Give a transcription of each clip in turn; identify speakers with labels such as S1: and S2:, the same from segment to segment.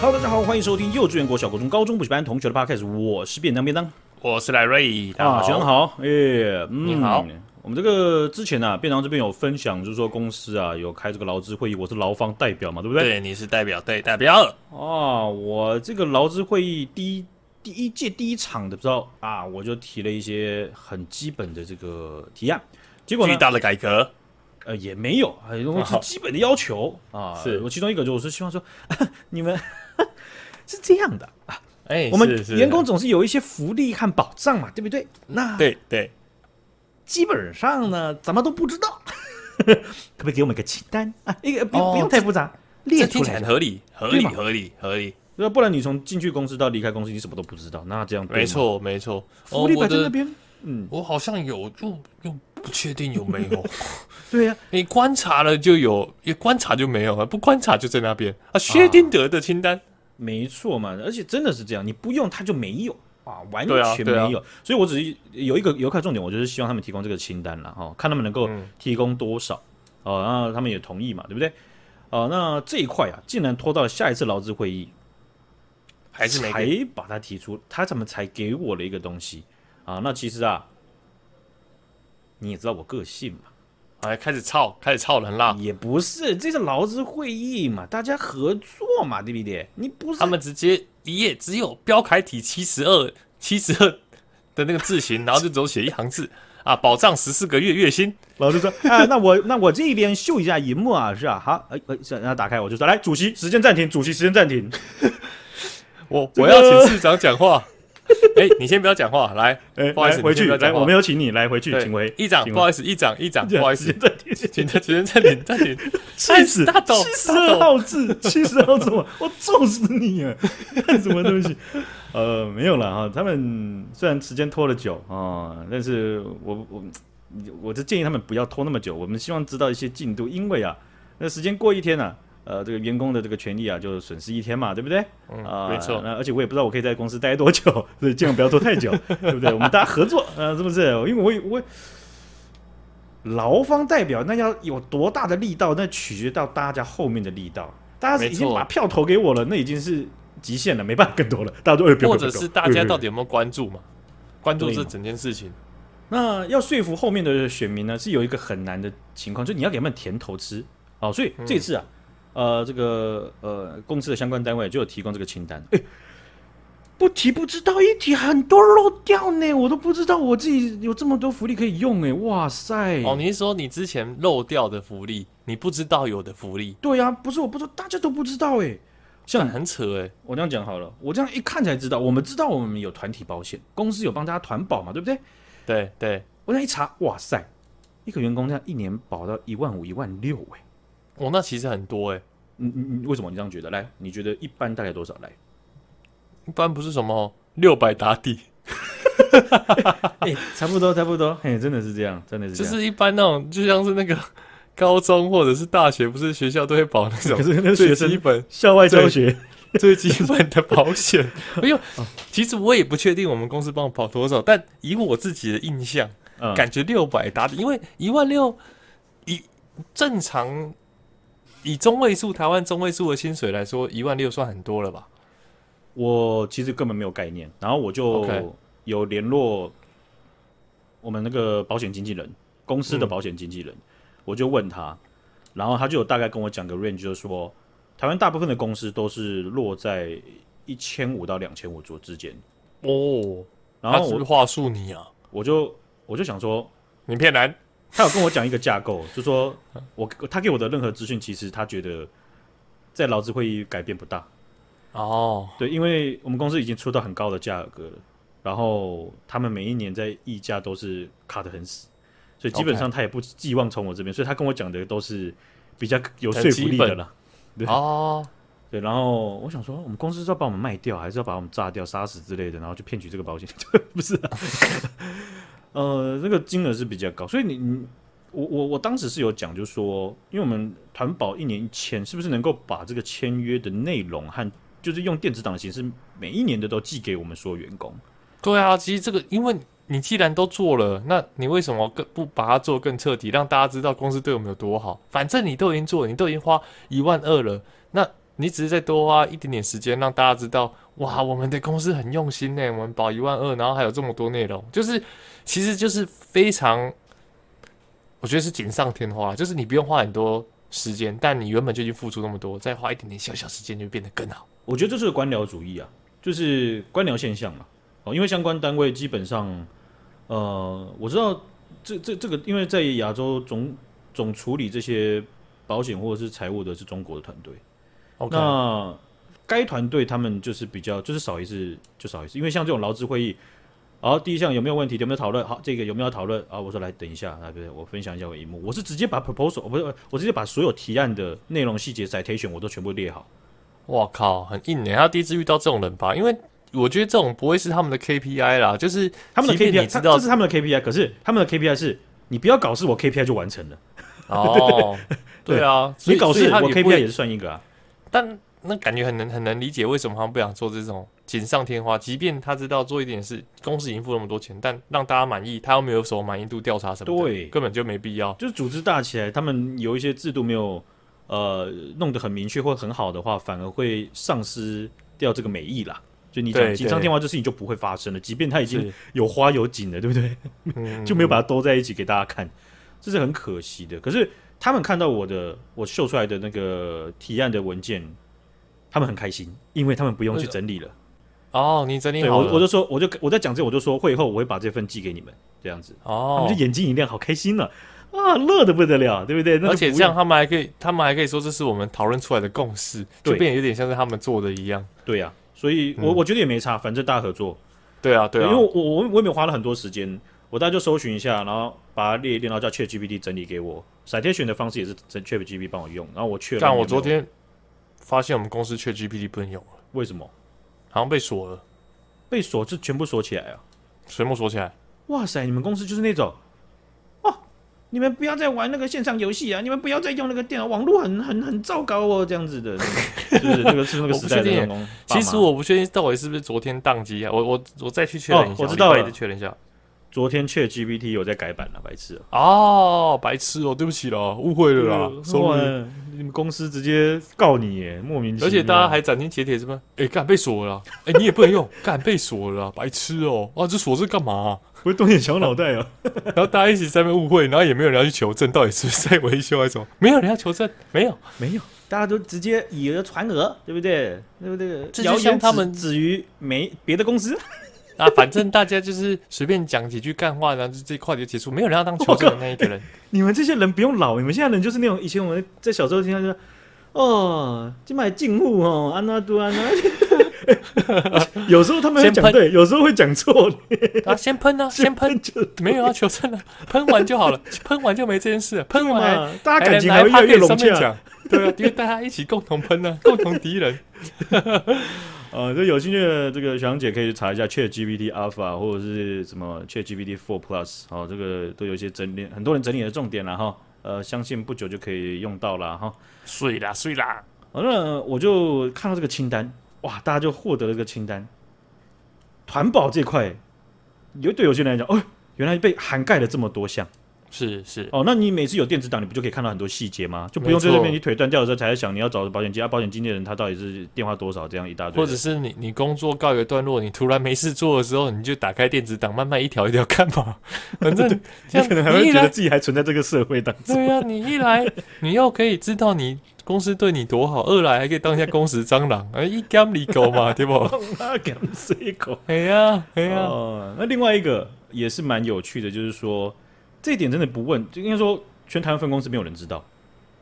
S1: Hello，大家好，欢迎收听幼稚园、国小、国中、高中补习班同学的 Podcast，我是便当便当
S2: 我是赖瑞，大
S1: 啊，学
S2: 家
S1: 长
S2: 好。
S1: 好，哎、嗯，
S2: 你好。
S1: 我们这个之前啊，便当这边有分享，就是说公司啊有开这个劳资会议，我是劳方代表嘛，对不对？
S2: 对，你是代表对代表，
S1: 啊，我这个劳资会议第一第一届第一场的不知道啊，我就提了一些很基本的这个提案，结果呢
S2: 巨，大的改革，
S1: 呃，也没有，很多是基本的要求啊。
S2: 是
S1: 我其中一个就是我是希望说， 你们是这样的，
S2: 哎
S1: 我们员工总是有一些福利和保障嘛，对不对？那
S2: 对对，
S1: 基本上呢，咱们都不知道， 可不可以给我们一个清单啊？一个不用、
S2: 哦
S1: 不用太复杂，
S2: 这
S1: 列
S2: 听
S1: 出
S2: 起
S1: 来
S2: 来很
S1: 就
S2: 合理，合
S1: 对
S2: 理
S1: 嘛
S2: 合理合理，
S1: 好。不然你从进去公司到离开公司，你什么都不知道，那这样对吗
S2: 没，错没错。哦
S1: 福利
S2: 我
S1: 摆在那
S2: 的
S1: 边。嗯，
S2: 我好像有，就又不确定有没有。
S1: 对啊呀、
S2: 你观察了就有，也观察就没有啊，不观察就在那边啊。薛定谔的清单，
S1: 没错嘛，而且真的是这样，你不用它就没有啊，完
S2: 对啊
S1: 全没
S2: 对啊
S1: 有。所以我只是有一个有一块重点，我就是希望他们提供这个清单了哈、哦看他们能够
S2: 嗯
S1: 提供多少哦，然后他们也同意嘛，对不对？哦，那这一块啊，竟然拖到了下一次劳资会议，
S2: 还是没
S1: 才
S2: 给
S1: 把它提出，他怎么才给我了一个东西啊？那其实啊，你也知道我个性嘛，
S2: 哎，开始操，开始操人啦。
S1: 也不是，这是劳资会议嘛，大家合作嘛，对不对？你不是
S2: 他们直接一页只有标楷体七十二七十二的那个字形，然后就只有写一行字啊，保障十四个月月薪。
S1: 老师说， 啊，那我那我这边秀一下荧幕啊，是啊，好，哎哎，是啊然后打开我就说，来，主席，时间暂停，主席，时间暂停，
S2: 我
S1: 这
S2: 我
S1: 个
S2: 要请市长讲话。哎、你先不要讲话，来，
S1: 哎，
S2: 不好意思
S1: 来回去，
S2: 你先不
S1: 来，
S2: 要讲话
S1: 我没有请你，来回去，
S2: 对
S1: 请回，
S2: 议长，
S1: 请
S2: 不好意思，议长，议长，不好意思
S1: 时，间暂停，
S2: 请他请暂停，暂 停。
S1: 气死，
S2: 哎大董
S1: 七十
S2: 大
S1: 二
S2: 董
S1: 号字，七十号字，我 我揍死你啊！ 什么东西？呃，没有了哈，他们虽然时间拖了久啊、但是我我我就建议他们不要拖那么久，我们希望知道一些进度，因为啊，那时间过一天啊。呃，这个员工的这个权利啊，就损失一天嘛，对不对？
S2: 嗯
S1: 啊、
S2: 没错
S1: 那而且我也不知道我可以在公司待多久， 所以尽量不要拖太久，对不对？我们大家合作，呃，是不是？因为我也我劳方代表那要有多大的力道，那取决到大家后面的力道。大家已经
S2: 没错
S1: 把票投给我了，那已经是极限了，没办法更多了。大家都哎不要
S2: 或
S1: 不
S2: 者
S1: 要不要
S2: 是大家到
S1: 哎
S2: 底有没有关注嘛？关注
S1: 对
S2: 这
S1: 嘛
S2: 整件事情，
S1: 那要说服后面的选民呢，是有一个很难的情况，就是你要给他们甜头吃哦。所以
S2: 嗯
S1: 这次啊，呃，这个呃公司的相关单位就有提供这个清单。哎，不提不知道，一提很多漏掉呢，我都不知道我自己有这么多福利可以用哎，哇塞！
S2: 哦，你是说你之前漏掉的福利，你不知道有的福利，
S1: 对呀、不是我不知道，大家都不知道哎。像
S2: 很扯哎、
S1: 我这样讲好了，我这样一看才知道，我们知道我们有团体保险，公司有帮大家团保嘛，对不对？
S2: 对对，
S1: 我这样一查，哇塞，一个员工这样一年保到一万五、一万六，哎，
S2: 哦，那其实很多哎、
S1: 嗯嗯，嗯为什么你这样觉得？来，你觉得一般大概多少？来，
S2: 一般不是什么六百打底，
S1: 哎、差不多，差不多，嘿，真的是这样，真的是这
S2: 就
S1: 样。
S2: 是一般那种，就像是那个 高中或者是大学，不是学校都会保那
S1: 可
S2: 种
S1: 是那学
S2: 最基
S1: 生
S2: 本、
S1: 校外教学，
S2: 最基本的保险。 哎呦，其实我也不确定我们公司帮我保多少，但以我自己的印象，
S1: 嗯，
S2: 感觉六百打底，因为一万六以正常以中位数台湾中位数的薪水来说，一万六算很多了吧？
S1: 我其实根本没有概念，然后我就
S2: OK
S1: 有联络我们那个保险经纪人，公司的保险经纪人，我就问他，然后他就有大概跟我讲个 range，就是说台湾大部分的公司都是落在一千五到两千五左之间，
S2: 哦，
S1: 然后
S2: 他是不是
S1: 我
S2: 话术你啊？
S1: 我就我就想说，
S2: 你骗人，
S1: 他有跟我讲一个架构，就说我他给我的任何资讯，其实他觉得在劳资会议改变不大，
S2: 哦，
S1: 对，因为我们公司已经出到很高的价格了，然后他们每一年在议价都是卡得很死，所以基本
S2: OK
S1: 上他也不寄望从我这边，所以他跟我讲的都是比较有说服力的啦。对
S2: 哦，
S1: 对，然后我想说，我们公司是要把我们卖掉，还是要把我们炸掉、杀死之类的，然后去骗取这个保险？ 不是、啊，呃，这个金额是比较高，所以你你我我我当时是有讲，就是说，因为我们团保一年一签，是不是能够把这个签约的内容和就是用电子档的形式，每一年的都寄给我们所有员工？
S2: 对啊，其实这个，因为你既然都做了，那你为什么更不把它做更彻底，让大家知道公司对我们有多好？反正你都已经做了，你都已经花一万二了，那你只是再多花一点点时间，让大家知道，哇，我们的公司很用心呢，我们保一万二，然后还有这么多内容，就是其实就是非常，我觉得是锦上添花，就是你不用花很多时间，但你原本就已经付出那么多，再花一点点小小时间就变得更好。
S1: 我觉得这是个官僚主义啊，就是官僚现象嘛。哦，因为相关单位基本上，呃，我知道这这这个，因为在亚洲总总处理这些保险或者是财务的是中国的团队。
S2: OK，
S1: 那该团队他们就是比较就是少一次就少一次，因为像这种劳资会议，好，第一项有没有问题，有没有讨论？好，这个有没有要讨论？啊，我说来等一下，啊，不对，我分享一下我的荧幕，我是直接把 proposal，哦不是，我直接把所有提案的内容细节 citation 我都全部列好。
S2: 哇靠，很硬呢。他第一次遇到这种人吧，因为我觉得这种不会是他们的 KPI 啦，就是
S1: 他们的
S2: 即便
S1: KPI，
S2: 你知
S1: 他
S2: 道
S1: 这是他们的 KPI，可是他们的 KPI 是你不要搞事，我 KPI 就完成了，
S2: 哦，对啊，所
S1: 你
S2: 以
S1: 搞
S2: 所
S1: 事
S2: 以他
S1: 我
S2: 也不
S1: KPI
S2: 会
S1: 也是算一个啊。
S2: 但那感觉很能很能理解为什么他们不想做这种锦上添花。即便他知道做一点事，公司已经付那么多钱，但让大家满意，他又没有什么满意度调查什么的，
S1: 对
S2: 根本就没必要。
S1: 就是组织大起来，他们有一些制度没有呃弄得很明确或很好的话，反而会丧失掉这个美意啦。就你讲
S2: 对
S1: 锦上添花这事情就不会发生了，即便它已经
S2: 是
S1: 有花有景了，对不对？
S2: 嗯
S1: 就没有把它兜在一起给大家看，这是很可惜的。可是他们看到我的我秀出来的那个提案的文件，他们很开心，因为他们不用去
S2: 呃
S1: 整理了。
S2: 哦，你整理
S1: 对
S2: 好
S1: 我
S2: 了，
S1: 我就说我就我在讲这个我就说会后我会把这份寄给你们，这样子，他
S2: 哦
S1: 们就，眼睛一亮，好开心了啊，乐的不得了，对不对？那就
S2: 哦而且
S1: 不
S2: 这样他们还可以，他们还可以说这是我们讨论出来的共识，
S1: 对
S2: 就变得有点像是他们做的一样。
S1: 对呀、所以我、我觉得也没差，反正大家合作。
S2: 对啊，嗯对啊，
S1: 因为我我我也没有花了很多时间，我大概就搜寻一下，然后把它列一列，然后叫 ChatGPT 整理给我。citation 的方式也是 ChatGPT 帮我用，然后我确认有
S2: 但
S1: 没有。
S2: 我昨天发现我们公司缺 GPT 不能用了，
S1: 为什么
S2: 好像被锁了，
S1: 被锁是全部锁起来啊？
S2: 全部锁起来。
S1: 哇塞，你们公司就是那种哦，你们不要再玩那个线上游戏啊，你们不要再用那个电脑，网络很很很糟糕哦，这样子的， 是不是？这个是那个时代的那种爸妈。
S2: 其实我不确定到底是不是昨天宕机啊，我我我再去确认一下，
S1: 哦我知道了
S2: 礼拜一再确认一下。
S1: 昨天 ChatGPT 有在改版了、白痴啊！
S2: 哦，白痴哦，对不起了，误会了啦
S1: 哇
S2: ，sorry。
S1: 你们公司直接告你耶，莫名其妙。
S2: 而且大家还斩钉截铁什么？哎、干被锁了啦，哎、你也不能用，干被锁了啦，白痴哦、啊，这锁是干嘛啊、
S1: 不会动点小脑袋啊？
S2: 然后大家一起在那边误会，然后也没有人要去求证到底是不是在维修还是什么，没有人要求证，没有。
S1: 没有，大家都直接以讹传讹，对不对？对不对？
S2: 这就
S1: 谣言
S2: 像他
S1: 止
S2: 们
S1: 止于没别的公司。
S2: 啊，反正大家就是随便讲几句干话，然后就这一块就结束，没有人要当求证的那一个 人。
S1: 你们这些人不用老，你们现在人就是那种以前我们在小时候听到就是，哦，去买进户哦，安娜都安娜。 有时候他们会
S2: 先
S1: 讲
S2: 喷
S1: 对，有时候会讲错，
S2: 啊，先喷啊，先喷，
S1: 就
S2: 没有要求证了，喷完就好了，喷完就没这 件事了，喷完还
S1: 嘛，大家感情还会越来越融洽。啊、
S2: 对啊，因为大家一起共同喷啊 呢、共同敌人。
S1: 呃，这有兴趣的这个小杨姐可以去查一下 ChatGPT Alpha 或者是什么 ChatGPT Four Plus，哦，这个都有一些整理，很多人整理的重点了哈。呃，相信不久就可以用到了哈。
S2: 睡啦睡啦，
S1: 好，那我就看到这个清单，哇，大家就获得了这个清单。团保这块，有对有些人来讲，哦，原来被涵盖了这么多项
S2: 是是，
S1: 哦。那你每次有电子档，你不就可以看到很多细节吗？就不
S2: 没
S1: 用在这边
S2: 错
S1: 你腿断掉的时候才在想你要找保险经纪，啊，保险经纪人他到底是电话多少，这样一大堆的。
S2: 或者是你你工作告一个段落，你突然没事做的时候，你就打开电子档，慢慢一条一条看吧。反 正这
S1: 你
S2: 样
S1: 可能还会
S2: 你一
S1: 觉得
S2: 来，
S1: 自己还存在这个社会当中。
S2: 对呀、啊，你一来， 你又可以知道你公司对你多好；二来还可以当一下公司蟑螂，啊，一干里 狗嘛，对不？
S1: 妈给他们塞一口。
S2: 哎呀哎呀，
S1: 哦，那另外一个也是蛮有趣的，就是说这一点真的不问，就应该说全台湾分公司没有人知道。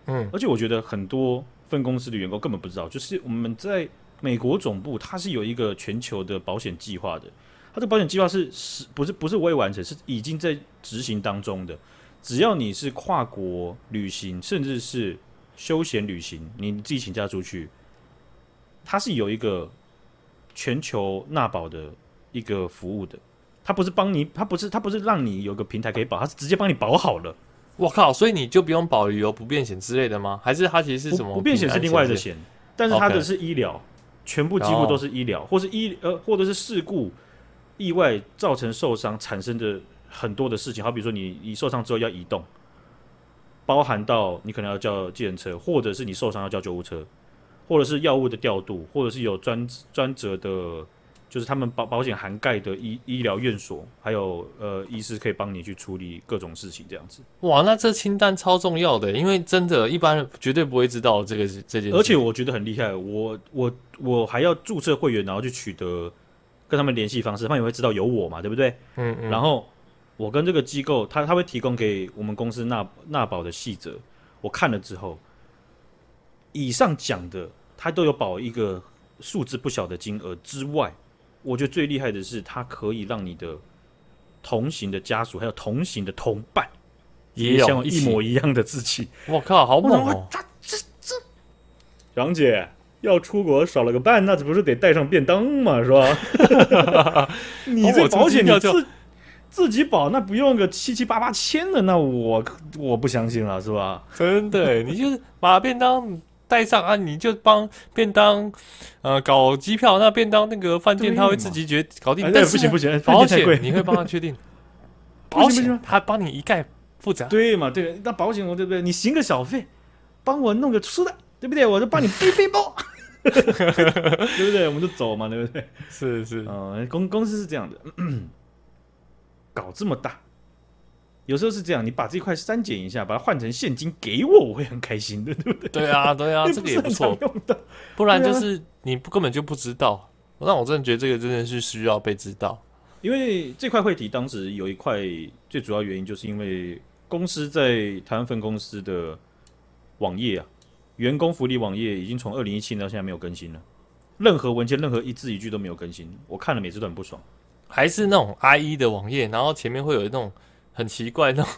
S2: 嗯，
S1: 而且我觉得很多分公司的员工根本不知道，就是我们在美国总部，它是有一个全球的保险计划的。它这个保险计划是是不是不是未完成，是已经在执行当中的。只要你是跨国旅行，甚至是休闲旅行，你自己请假出去，它是有一个全球纳保的一个服务的。它不是帮你，它不是它不是让你有个平台可以保，它是直接帮你保好了。
S2: 我靠！所以你就不用保旅游不便险之类的吗？还是它其实是什么
S1: 不不变险是另外的
S2: 险？
S1: 险，但是它的
S2: OK
S1: 是医疗，全部几乎都是医疗，或是医呃或者是事故、意外造成受伤产生的很多的事情，好比说你你受伤之后要移动，包含到你可能要叫计程车，或者是你受伤要叫救护车，或者是药物的调度，或者是有专专责的，就是他们保保险涵盖的医医疗院所，还有呃医师可以帮你去处理各种事情这样子。
S2: 哇，那这清单超重要的，因为真的，一般人绝对不会知道这个是这件事。
S1: 而且我觉得很厉害，我我我还要注册会员，然后去取得跟他们联系方式，他们也会知道有我嘛，对不对？
S2: 嗯嗯，
S1: 然后我跟这个机构，他他会提供给我们公司纳纳保的细则，我看了之后，以上讲的他都有保一个数字不小的金额之外，我觉得最厉害的是，它可以让你的同行的家属还有同行的同伴
S2: 也
S1: 像
S2: 有
S1: 我
S2: 一
S1: 一
S2: 起。
S1: 模一样的自己。
S2: 我靠，好
S1: 我想
S2: 猛
S1: 哇
S2: 哦！
S1: 这这这，杨姐。要出国少了个伴，那这不是得带上便当吗？是吧？ 你这保险你
S2: 要
S1: 自自己保，那不用个七七八八千的，那我我不相信了，是吧？
S2: 真的，你就是把便当带上啊，你就帮便当呃搞机票，那便当那个饭店
S1: 对嘛
S2: 他会自己决搞定
S1: 哎。
S2: 但
S1: 哎
S2: 是
S1: 不行不行，饭
S2: 保
S1: 店太
S2: 险
S1: 贵，
S2: 你会帮他确定，
S1: 不行
S2: 保
S1: 不行
S2: 险他帮你一概负责。
S1: 对嘛？对，那保险我对不对？你行个小费，帮我弄个吃的，对不对？我就帮你背背 包，对不对？我们就走嘛，对不对？
S2: 是是，
S1: 嗯、公公司是这样的，嗯搞这么大，有时候是这样，你把这块删减一下，把它换成现金给我，我会很开心的，对不对？
S2: 对啊对 啊，
S1: 因为
S2: 这个也
S1: 是
S2: 不
S1: 很
S2: 错
S1: 常。用到。
S2: 不然
S1: 对
S2: 就
S1: 啊
S2: 是你不根本就不知道。那我真的觉得这个真的是需要被知道。
S1: 因为这块会题当时有一块最主要原因，就是因为公司在台湾分公司的网页啊，员工福利网页已经从二零一七年到现在没有更新了，任何文件、任何一字一句都没有更新，我看了每次都很不爽。
S2: 还是那种 IE 的网页，然后前面会有那种很奇怪那种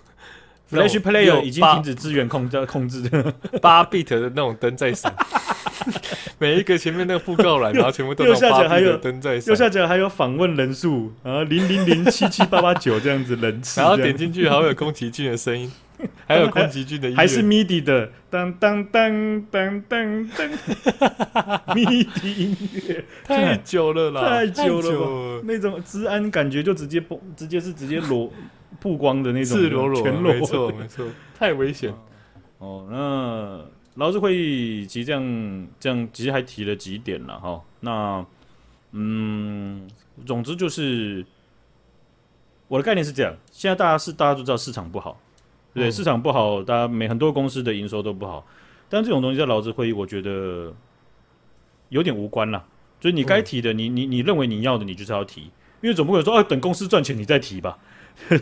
S2: 那种
S1: Flash Player 已经
S2: 八
S1: 停止资源控制 控制的，
S2: 八 bit 的那种灯 在闪，每一个前面那个布告栏，然后全部都有
S1: 右下角
S2: 八 bit
S1: 还有
S2: 的灯在
S1: 右
S2: 闪，
S1: 下角还有访问人数啊，零零零七七八八九这样子人次，
S2: 然后
S1: 这样
S2: 点进去还会有宫崎骏的声音，还有宫崎骏的音乐，
S1: 还是 MIDI 的，当当当当当当 ，MIDI 音乐
S2: 太久了啦，
S1: 太久
S2: 久
S1: 了吧那种治安感觉就直接曝，直接是直接裸曝光的那种，
S2: 赤裸裸，啊
S1: 全裸。
S2: 没错没错，太危险。
S1: 哦，那劳资会议其实这样这样，其实还提了几点了哈。那嗯，总之就是我的概念是这样，现在大家是大家都知道市场不好，对不对、
S2: 嗯
S1: 市场不好，大家每很多公司的营收都不好，但这种东西在劳资会议，我觉得有点无关啦。就是你该提的，你你你认为你要的，你就是要提，因为总不可能说，哦、等公司赚钱你再提吧。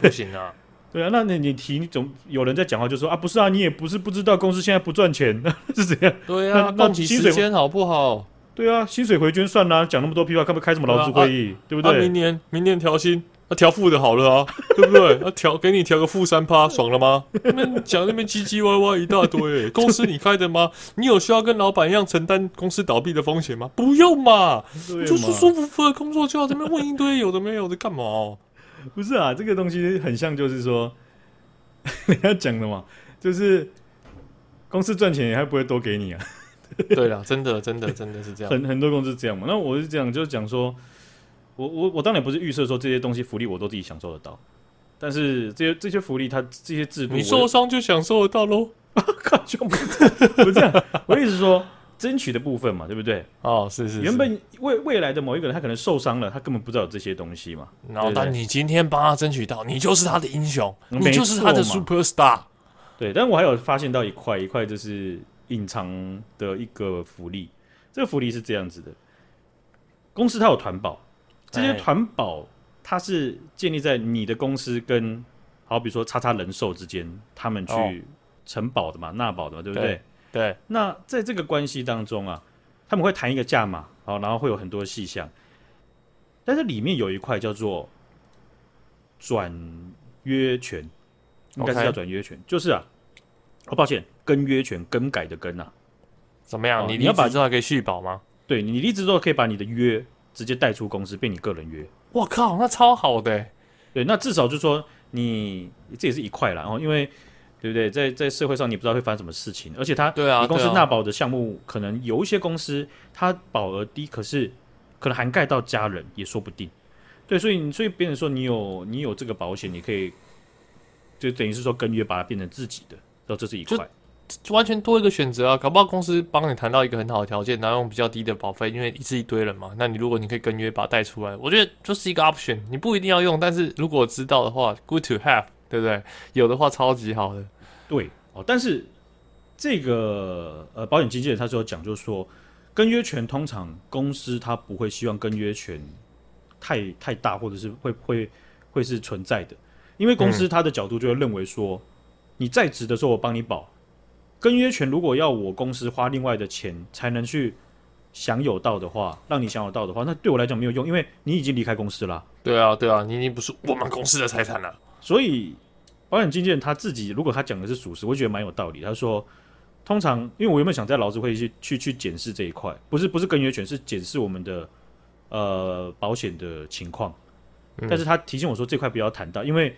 S2: 不行啊，
S1: 对啊，那你你提你总有人在讲话，就说啊，不是啊，你也不是不知道公司现在不赚钱， 是怎样？
S2: 对啊，
S1: 那那
S2: 共体
S1: 薪
S2: 时
S1: 水
S2: 间好不好？
S1: 对啊，薪水回捐算啦、讲那么多屁话，干嘛开什么劳资会议，对不
S2: 那、
S1: 对
S2: 啊明？年明年调薪，那、调负的好了啊， 对不对？那、调给你调个负三 趴，爽了吗？那边讲那边唧唧歪歪一大堆、欸公司你开的吗？ 你有需要跟老板一样承担公司倒闭的风险吗？不用嘛，
S1: 对嘛
S2: 就是舒服服的工作就要这边问一堆有的没有的干嘛、哦？
S1: 不是啊，这个东西很像就是说 人家讲的嘛，就是公司赚钱还不会多给你啊，
S2: 对了，真的真的真的是这样，
S1: 很很多公司这样嘛。那我是这样，就是讲说，我我我当然不是预设说这些东西福利我都自己享受得到，但是这些这些福利它这些制度我，
S2: 你受伤就享受得到喽。
S1: 靠，就不是不这样，我意思是说争取的部分嘛，对不对？
S2: 哦，是是是，
S1: 原本未未来的某一个人，他可能受伤了，他根本不知道有这些东西嘛。
S2: 然后
S1: 对
S2: 但
S1: 对
S2: 你今天帮他争取到，你就是他的英雄，
S1: 没
S2: 你就是他的
S1: 错嘛
S2: super star。
S1: 对，但我还有发现到一块，一块就是隐藏的一个福利。这个福利是这样子的，公司它有团保，这些
S2: 哎
S1: 团保它是建立在你的公司跟好比说叉叉人寿之间，他们
S2: 哦
S1: 去承保的嘛，纳保的嘛，对不
S2: 对
S1: 对
S2: 对，
S1: 那在这个关系当中啊，他们会谈一个价码，好，然后会有很多细项，但是里面有一块叫做转约权，应该是
S2: OK
S1: 叫转约权就是啊，哦，抱歉，更约权更改的更啊，
S2: 怎么样？
S1: 哦
S2: 你
S1: 你要
S2: 离
S1: 把
S2: 职之后可以续保吗？
S1: 对你离职之后可以把你的约直接带出公司，变你个人约，
S2: 我靠，那超好的欸、
S1: 对，那至少就说你这也是一块啦，然、哦后因为。对不对？在在社会上，你不知道会发生什么事情，而且他
S2: 对啊
S1: 你公司
S2: 对啊
S1: 纳保的项目，可能有一些公司它保额低，可是可能涵盖到家人也说不定。对，所以你所以别人说你有你有这个保险，你可以就等于是说跟约把它变成自己的，然后这是一块。
S2: 完全多一个选择啊，搞不好公司帮你谈到一个很好的条件，然后用比较低的保费，因为一次一堆人嘛。那你如果你可以跟约把它带出来，我觉得就是一个 option，你不一定要用，但是如果知道的话，good to have，对不对？有的话超级好的，
S1: 对哦，但是这个呃保险经纪人他就有讲，就是说跟约权通常公司他不会希望跟约权太太大，或者是会会会是存在的，因为公司他的角度就会认为说，你在职的时候我帮你保，跟约权如果要我公司花另外的钱才能去享有到的话，让你享有到的话，那对我来讲没有用，因为你已经离开公司啦、
S2: 对啊，对啊，你已经不是我们公司的财产啊了。
S1: 所以保险经纪人他自己，如果他讲的是属实，我觉得蛮有道理。他说，通常因为我原本想在劳资会去去去检视这一块，不是不是跟约权，是检视我们的呃保险的情况。
S2: 嗯
S1: 但是他提醒我说这块不要谈到，因为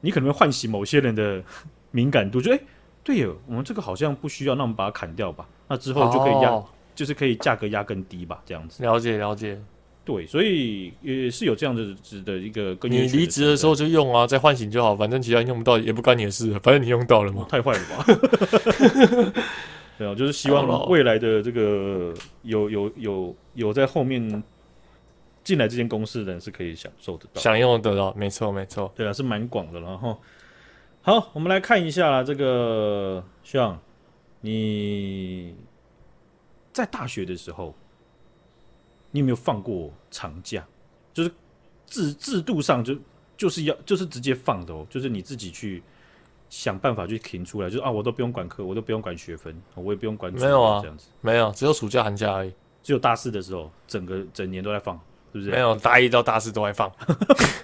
S1: 你可能会唤起某些人的敏感度，就哎、诶对耶，我们这个好像不需要，那我们把它砍掉吧。那之后就可以压，
S2: 哦
S1: 就是可以价格压更低吧，这样子。
S2: 了解了解。
S1: 对，所以也是有这样子的一个跟约
S2: 你
S1: 权
S2: 离职的时
S1: 候，
S2: 候就用啊，再唤醒就好，反正其他人用不到也不干你的事，反正你用到了嘛。
S1: 太坏了吧？对啊，就是希望未来的这个有有有有在后面进来这间公司的人是可以享受得到。
S2: 想用得到，没错没错。
S1: 对啊，是蛮广的了哈。好，我们来看一下啦这个像你在大学的时候，你有没有放过长假？就是制制度上就就是要就是直接放的哦，就是你自己去想办法去停出来，就是啊，我都不用管课，我都不用管学分，我也不用管主
S2: 没有啊
S1: 这样子。
S2: 没有，只有暑假寒假而已，
S1: 只有大四的时候，整个整年都在放，是不
S2: 没
S1: 是？
S2: 有大一到大四都在放，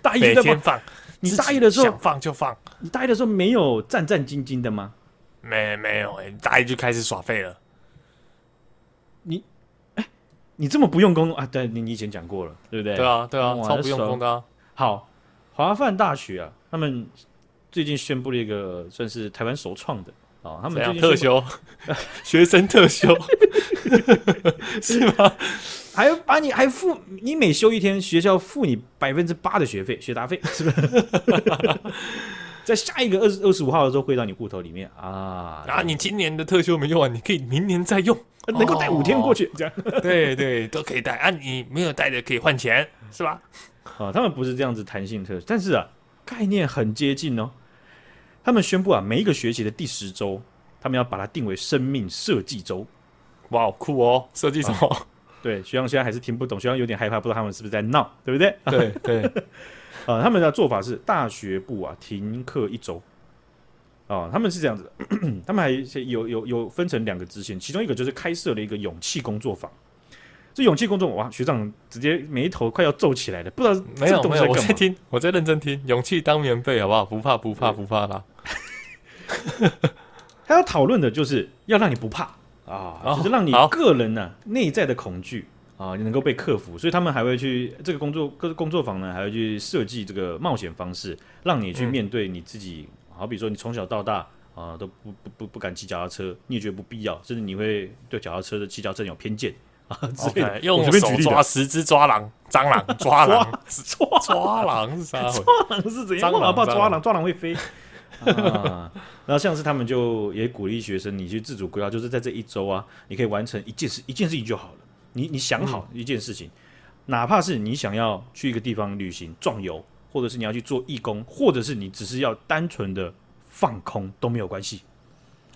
S1: 大一
S2: 每
S1: 就在
S2: 天
S1: 放，
S2: 放。
S1: 你
S2: 自己
S1: 大一的时候
S2: 想，放就放，
S1: 你大一的时候没有战战兢兢的吗？
S2: 没没有、欸，大一就开始耍废了。
S1: 哎你这么不用功啊？对，你你以前讲过了，对不对？
S2: 对啊，对啊，
S1: 哇
S2: 超不用功的、啊。
S1: 好，华范大学啊，他们最近宣布了一个算是台湾首创的啊、哦，他
S2: 怎
S1: 们
S2: 样
S1: 最近
S2: 特
S1: 宣布
S2: 休， 学生特休是吗？
S1: 还把你还付你每休一天，学校付你百分之八的学费学杂费，是不是？ 在下一个二十二十五号的时候汇到你户头里面啊，
S2: 啊，你今年的特休没用啊完，你可以明年再用。
S1: 能够带五天过去、
S2: 哦
S1: 这样
S2: 对对，都可以带啊。你没有带的可以换钱，是吧？
S1: 啊，他们不是这样子弹性特，但是啊，概念很接近哦。他们宣布啊，每一个学期的第十周，他们要把它定为生命设计周。
S2: 哇，好酷哦，设计什么？
S1: 对，学长现在还是听不懂，学长有点害怕，不知道他们是不是在闹，对不对？
S2: 对 对，
S1: 呃，他们的做法是大学部啊停课一周，啊、他们是这样子的，他们还有有有分成两个支线，其中一个就是开设了一个勇气工作坊。这勇气工作坊哇，学长直接眉头快要皱起来了，不知道这
S2: 没有
S1: 东
S2: 没
S1: 西
S2: 有，
S1: 干
S2: 我
S1: 嘛
S2: 在听，我在认真听。勇气当棉被，好不好？不怕不怕不怕啦。
S1: 他要讨论的就是要让你不怕啊，
S2: 哦
S1: 就是让你
S2: 好
S1: 个人呢、内在的恐惧啊能够被克服，所以他们还会去这个工作各工作坊呢，还会去设计这个冒险方式，让你去
S2: 嗯
S1: 面对你自己。好比说你从小到大啊都不不不不敢骑脚踏车，你也觉得不必要，甚至你会对脚踏车的骑脚踏车有偏见啊之 类
S2: OK，
S1: 的。
S2: 用
S1: 我随便
S2: 手
S1: 举例的
S2: 抓十只抓狼，蟑螂抓狼
S1: 抓
S2: 抓狼是啥回？
S1: 狼是怎
S2: 蟑
S1: 样？
S2: 螂
S1: 我老爸抓
S2: 蟑
S1: 狼，抓狼会飞。 啊，然后像是他们就也鼓励学生，你去自主规划，就是在这一周啊，你可以完成一件事，一件事情就好了。你你想好
S2: 嗯
S1: 一件事情，哪怕是你想要去一个地方旅行、壮游，或者是你要去做义工，或者是你只是要单纯的放空都没有关系。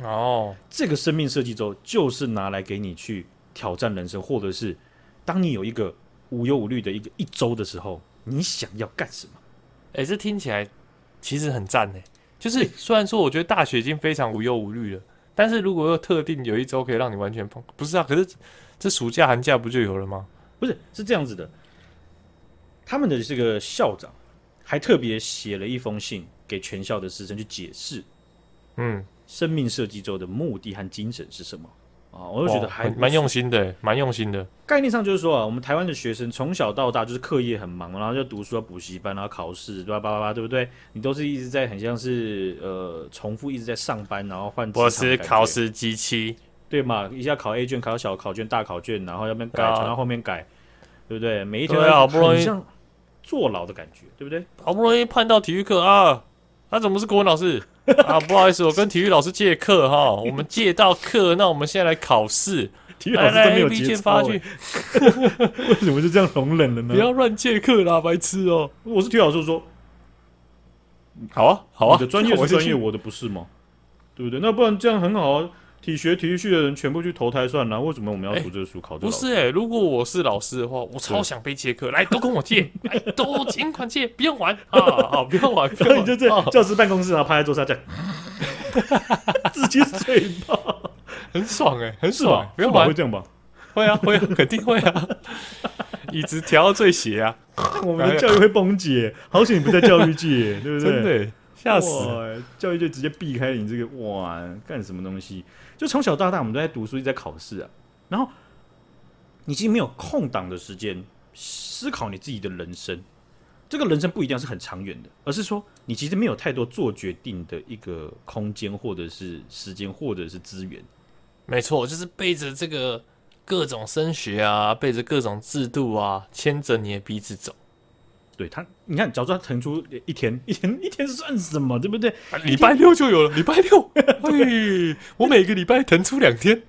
S2: 哦，
S1: 这个生命设计周就是拿来给你去挑战人生，或者是当你有一个无忧无虑的一个一周的时候，你想要干什么？
S2: 哎、这听起来其实很赞呢。就是虽然说我觉得大学已经非常无忧无虑了，但是如果又特定有一周可以让你完全碰，不是啊？可是这暑假寒假不就有了吗？
S1: 不是，是这样子的，他们的这个校长还特别写了一封信给全校的师生去解释
S2: 嗯，
S1: 生命设计周的目的和精神是什么啊，我就觉得
S2: 哇
S1: 还
S2: 蛮蛮
S1: 不错
S2: 用心的，蛮用心的。
S1: 概念上就是说啊，我们台湾的学生从小到大就是课业很忙，然后就读书、要补习班，然后考试，叭叭叭叭，对不对？你都是一直在很像是呃重复，一直在上班，然后换职场
S2: 我是
S1: 感觉
S2: 考试机器，
S1: 对嘛？一下考 A 卷，考小考卷、大考卷，然后要不然改，
S2: 对啊
S1: 传到后面改，对不对？每一天
S2: 对啊好不容易
S1: 很像坐牢的感觉，对不对？
S2: 好不容易盼到体育课啊他怎么是国文老师啊？不好意思，我跟体育老师借课哈，我们借到课，那我们现在来考试。
S1: 体 育老
S2: 来
S1: 师
S2: 来
S1: 都没有节
S2: A B
S1: 操
S2: 剑发
S1: 欸嗯
S2: 去，
S1: 为什么就这样容忍了呢？
S2: 不要乱借课啦，白痴哦、
S1: 我是体育老师说，
S2: 好啊，好啊，
S1: 你的专业
S2: 我
S1: 是
S2: 就
S1: 专业，
S2: 去。
S1: 我的不是吗？对不对？那不然这样很好啊，体学体育系的人全部去投胎算了，为什么我们要读这个书、考这
S2: 不
S1: 个老师？
S2: 是哎、如果我是老师的话，我超
S1: 对
S2: 想被借课，来都跟我 借，来都尽管借，不用玩啊，好，不用玩，不
S1: 然
S2: 用
S1: 后
S2: 玩
S1: 你就在
S2: 啊
S1: 教室办公室，然后趴在桌上 这样，自己嘴炮，
S2: 很爽哎、很
S1: 是
S2: 爽
S1: 吧，？
S2: 不用
S1: 是吧
S2: 玩
S1: 会，这样 吧？
S2: 会啊，会啊，肯定会 啊，椅子调到最斜啊，
S1: 我们的教育会崩解，好险你不在教育界，对不对？
S2: 真的欸吓死了！
S1: 哇！教育界直接避开你这个哇，干什么东西？就从小到大，我们都在读书，一直在考试啊。然后你其实没有空档的时间思考你自己的人生。这个人生不一定是很长远的，而是说你其实没有太多做决定的一个空间，或者是时间，或者是资源。
S2: 没错，就是背着这个各种升学啊，背着各种制度啊，牵着你的鼻子走。
S1: 对他，你看，假如说他腾出一天，一天，一天算什么，对不对？
S2: 啊礼拜六就有了，礼拜 六，嘿，我每个礼拜腾出两天，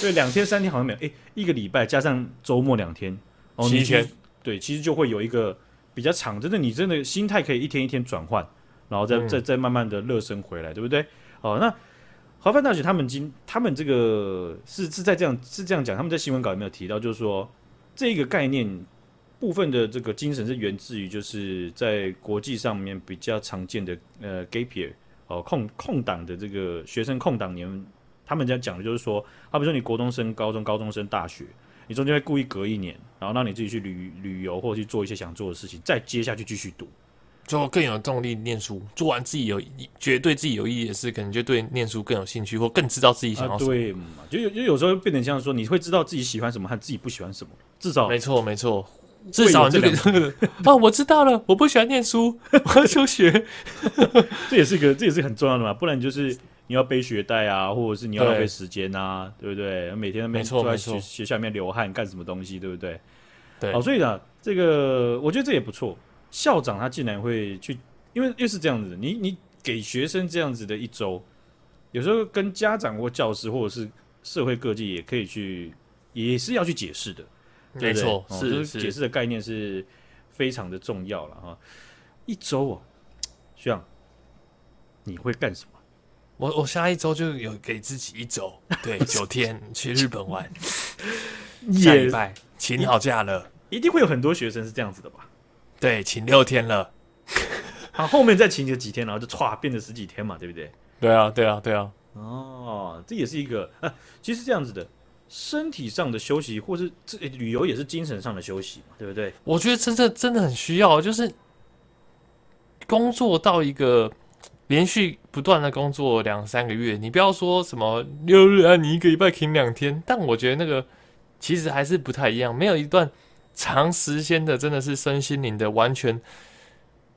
S1: 对，两天三天好像没有，哎、一个礼拜加上周末两天，哦，
S2: 七
S1: 你其实
S2: 天，
S1: 对，其实就会有一个比较长，真的，你真的心态可以一天一天转换，然后再、
S2: 嗯
S1: 再再慢慢的热身回来，对不对？哦，那华范大学他们今他们这个是是在这样是这样讲，他们在新闻稿有没有提到，就是说这个概念部分的这个精神是源自于就是在国际上面比较常见的呃 gap year 哦空空档的这个学生空档年，他们在讲的就是说，好比说你国中生、高中、高中生、大学，你中间会故意隔一年，然后让你自己去旅旅游或者去做一些想做的事情，再接下去继续读。
S2: 就更有动力念书。做完自己有觉得对自己有意义的事，可能就对念书更有兴趣，或更知道自己想
S1: 啊
S2: 要，什么。
S1: 对嘛，就有就有时候变成像说，你会知道自己喜欢什么和自己不喜欢什么，至少
S2: 没错，没错。至少你这个 啊，我知道了，我不喜欢念书，我要休学。
S1: 这也是一个这也是很重要的嘛，不然你就是你要背学贷啊，或者是你要
S2: 对
S1: 浪费时间啊，对不对？每天在那边
S2: 没错
S1: 坐在
S2: 没
S1: 学
S2: 错
S1: 学校里面流汗干什么东西，对不对？
S2: 对
S1: 哦好，所以呢，这个我觉得这也不错。校长他竟然会去，因为又是这样子，你你给学生这样子的一周，有时候跟家长或教师或者是社会各界也可以去，也是要去解释的。对
S2: 嗯没
S1: 不对
S2: 错，
S1: 哦
S2: 是
S1: 就是解
S2: 是，
S1: 释的概念是非常的重要了哈。一周啊，徐阳，你会干什么？
S2: 我我下一周就有给自己一周，对， 九天去日本 玩，下礼拜请好假了，
S1: 一定会有很多学生是这样子的吧？
S2: 对，请六天了，
S1: 啊，后面再请个几天，然后就歘变成十几天嘛，对不对？
S2: 对啊，对啊，对啊，
S1: 哦，这也是一个啊，其实这样子的，身体上的休息，或是这旅游也是精神上的休息嘛，对不对？
S2: 我觉得真的真的很需要，就是工作到一个连续不断的工作两三个月，你不要说什么六日啊，你一个礼拜停两天，但我觉得那个其实还是不太一样，没有一段长时间的真的是身心灵的完全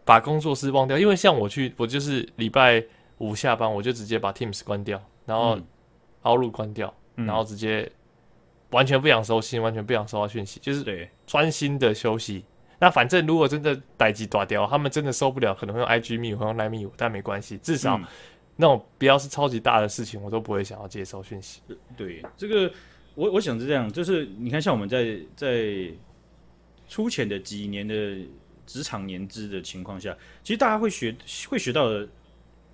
S2: 把工作室忘掉，因为像我去，我就是礼拜五下班我就直接把 Teams 关掉，然后
S1: 嗯
S2: Outlook 关掉，
S1: 嗯
S2: 然后直接完全不想收信，完全不想收到讯息，就是
S1: 对，
S2: 专心的休息。那反正如果真的逮鸡打掉，他们真的受不了，可能会用 IG 密我，会用 Line 密我，但没关系，至少
S1: 嗯
S2: 那种不要是超级大的事情，我都不会想要接收讯息。
S1: 对，这个我我想是这样，就是你看，像我们在在粗浅的几年的职场年资的情况下，其实大家会学会学到的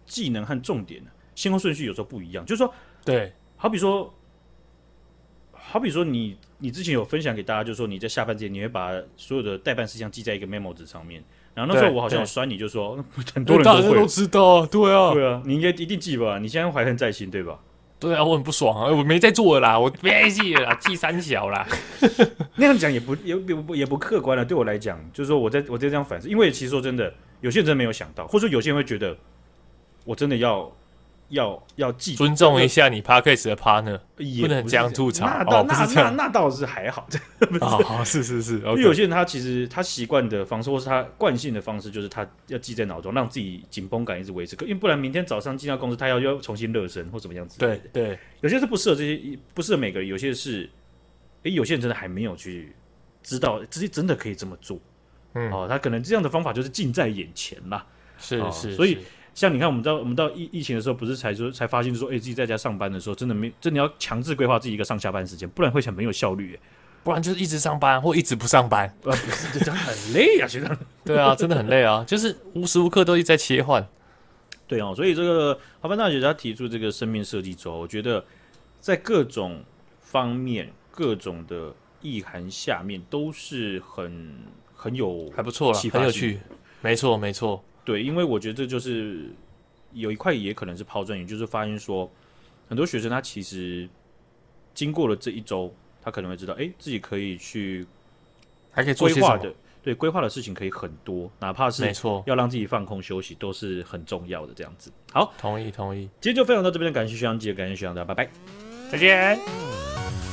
S1: 技能和重点先后顺序有时候不一样，就是说，
S2: 对，
S1: 好比说，好比说你你之前有分享给大家，就是说你在下班之前你会把所有的代办事项记在一个 memo 纸上面，然后那时候
S2: 对
S1: 我好像有
S2: 对
S1: 酸你，就说 很
S2: 很
S1: 多人
S2: 大家
S1: 会
S2: 都。知道，对啊，
S1: 对啊，你应该一定记吧？你现在怀恨在心，对吧？
S2: 对啊，我很不爽啊，我没在做了啦，我别记了啦，记三 小啦。
S1: 那样讲也不也也不也不客观了。啊对我来讲，就是说我在我在这样反思，因为其实说真的，有些人真的没有想到，或者说有些人会觉得，我真的要要要记，
S2: 尊重一下你 Parkes 的 partner
S1: 也
S2: 不
S1: 是
S2: 能这样吐槽
S1: 那
S2: 哦
S1: 倒
S2: 不是
S1: 那
S2: 这
S1: 那
S2: 样
S1: 那倒是还好，
S2: 啊，好是 是是
S1: 因为有
S2: ，OK，
S1: 些人他其实他习惯的方式，或是他惯性的方式，就是他要记在脑中，让自己紧绷感一直维持。可因为不然明天早上进到公司，他要要重新热身或怎么样子。
S2: 对，对，
S1: 有些是不适合这些，不适合每个人。有些是，诶，有些人真的还没有去知道，这些真的可以这么做。
S2: 嗯
S1: 哦，他可能这样的方法就是近在眼前啦。
S2: 是
S1: 哦
S2: 是，
S1: 所以
S2: 是
S1: 像你看，我们到我们到疫疫情的时候，不是才说才发现说，哎、自己在家上班的时候，真的没真的要强制规划自己一个上下班时间，不然会很没有效率耶。
S2: 不然就是一直上班或一直不上班。
S1: 啊，不是，这样很累啊，学长。
S2: 对啊，真的很累啊，就是无时无刻都一直在切换。
S1: 对哦，所以这个哈佛大学他提出这个生命设计周，我觉得在各种方面、各种的意涵下面，都是很很有
S2: 还不错了
S1: 启，发
S2: 很有
S1: 性
S2: 趣。没错，没错，
S1: 对，因为我觉得这就是有一块也可能是抛砖引玉，就是发现说很多学生他其实经过了这一周，他可能会知道，哎，自己可以去
S2: 还可以做
S1: 规
S2: 些
S1: 划
S2: 什么？
S1: 的，对，规划的事情可以很多，哪怕
S2: 没
S1: 是
S2: 错，
S1: 要让自己放空休息，都是很重要的。这样子，好，
S2: 同意，同意。
S1: 今天就分享到这边，感谢学长姐，感谢学长大家，拜拜。
S2: 再见。
S3: 「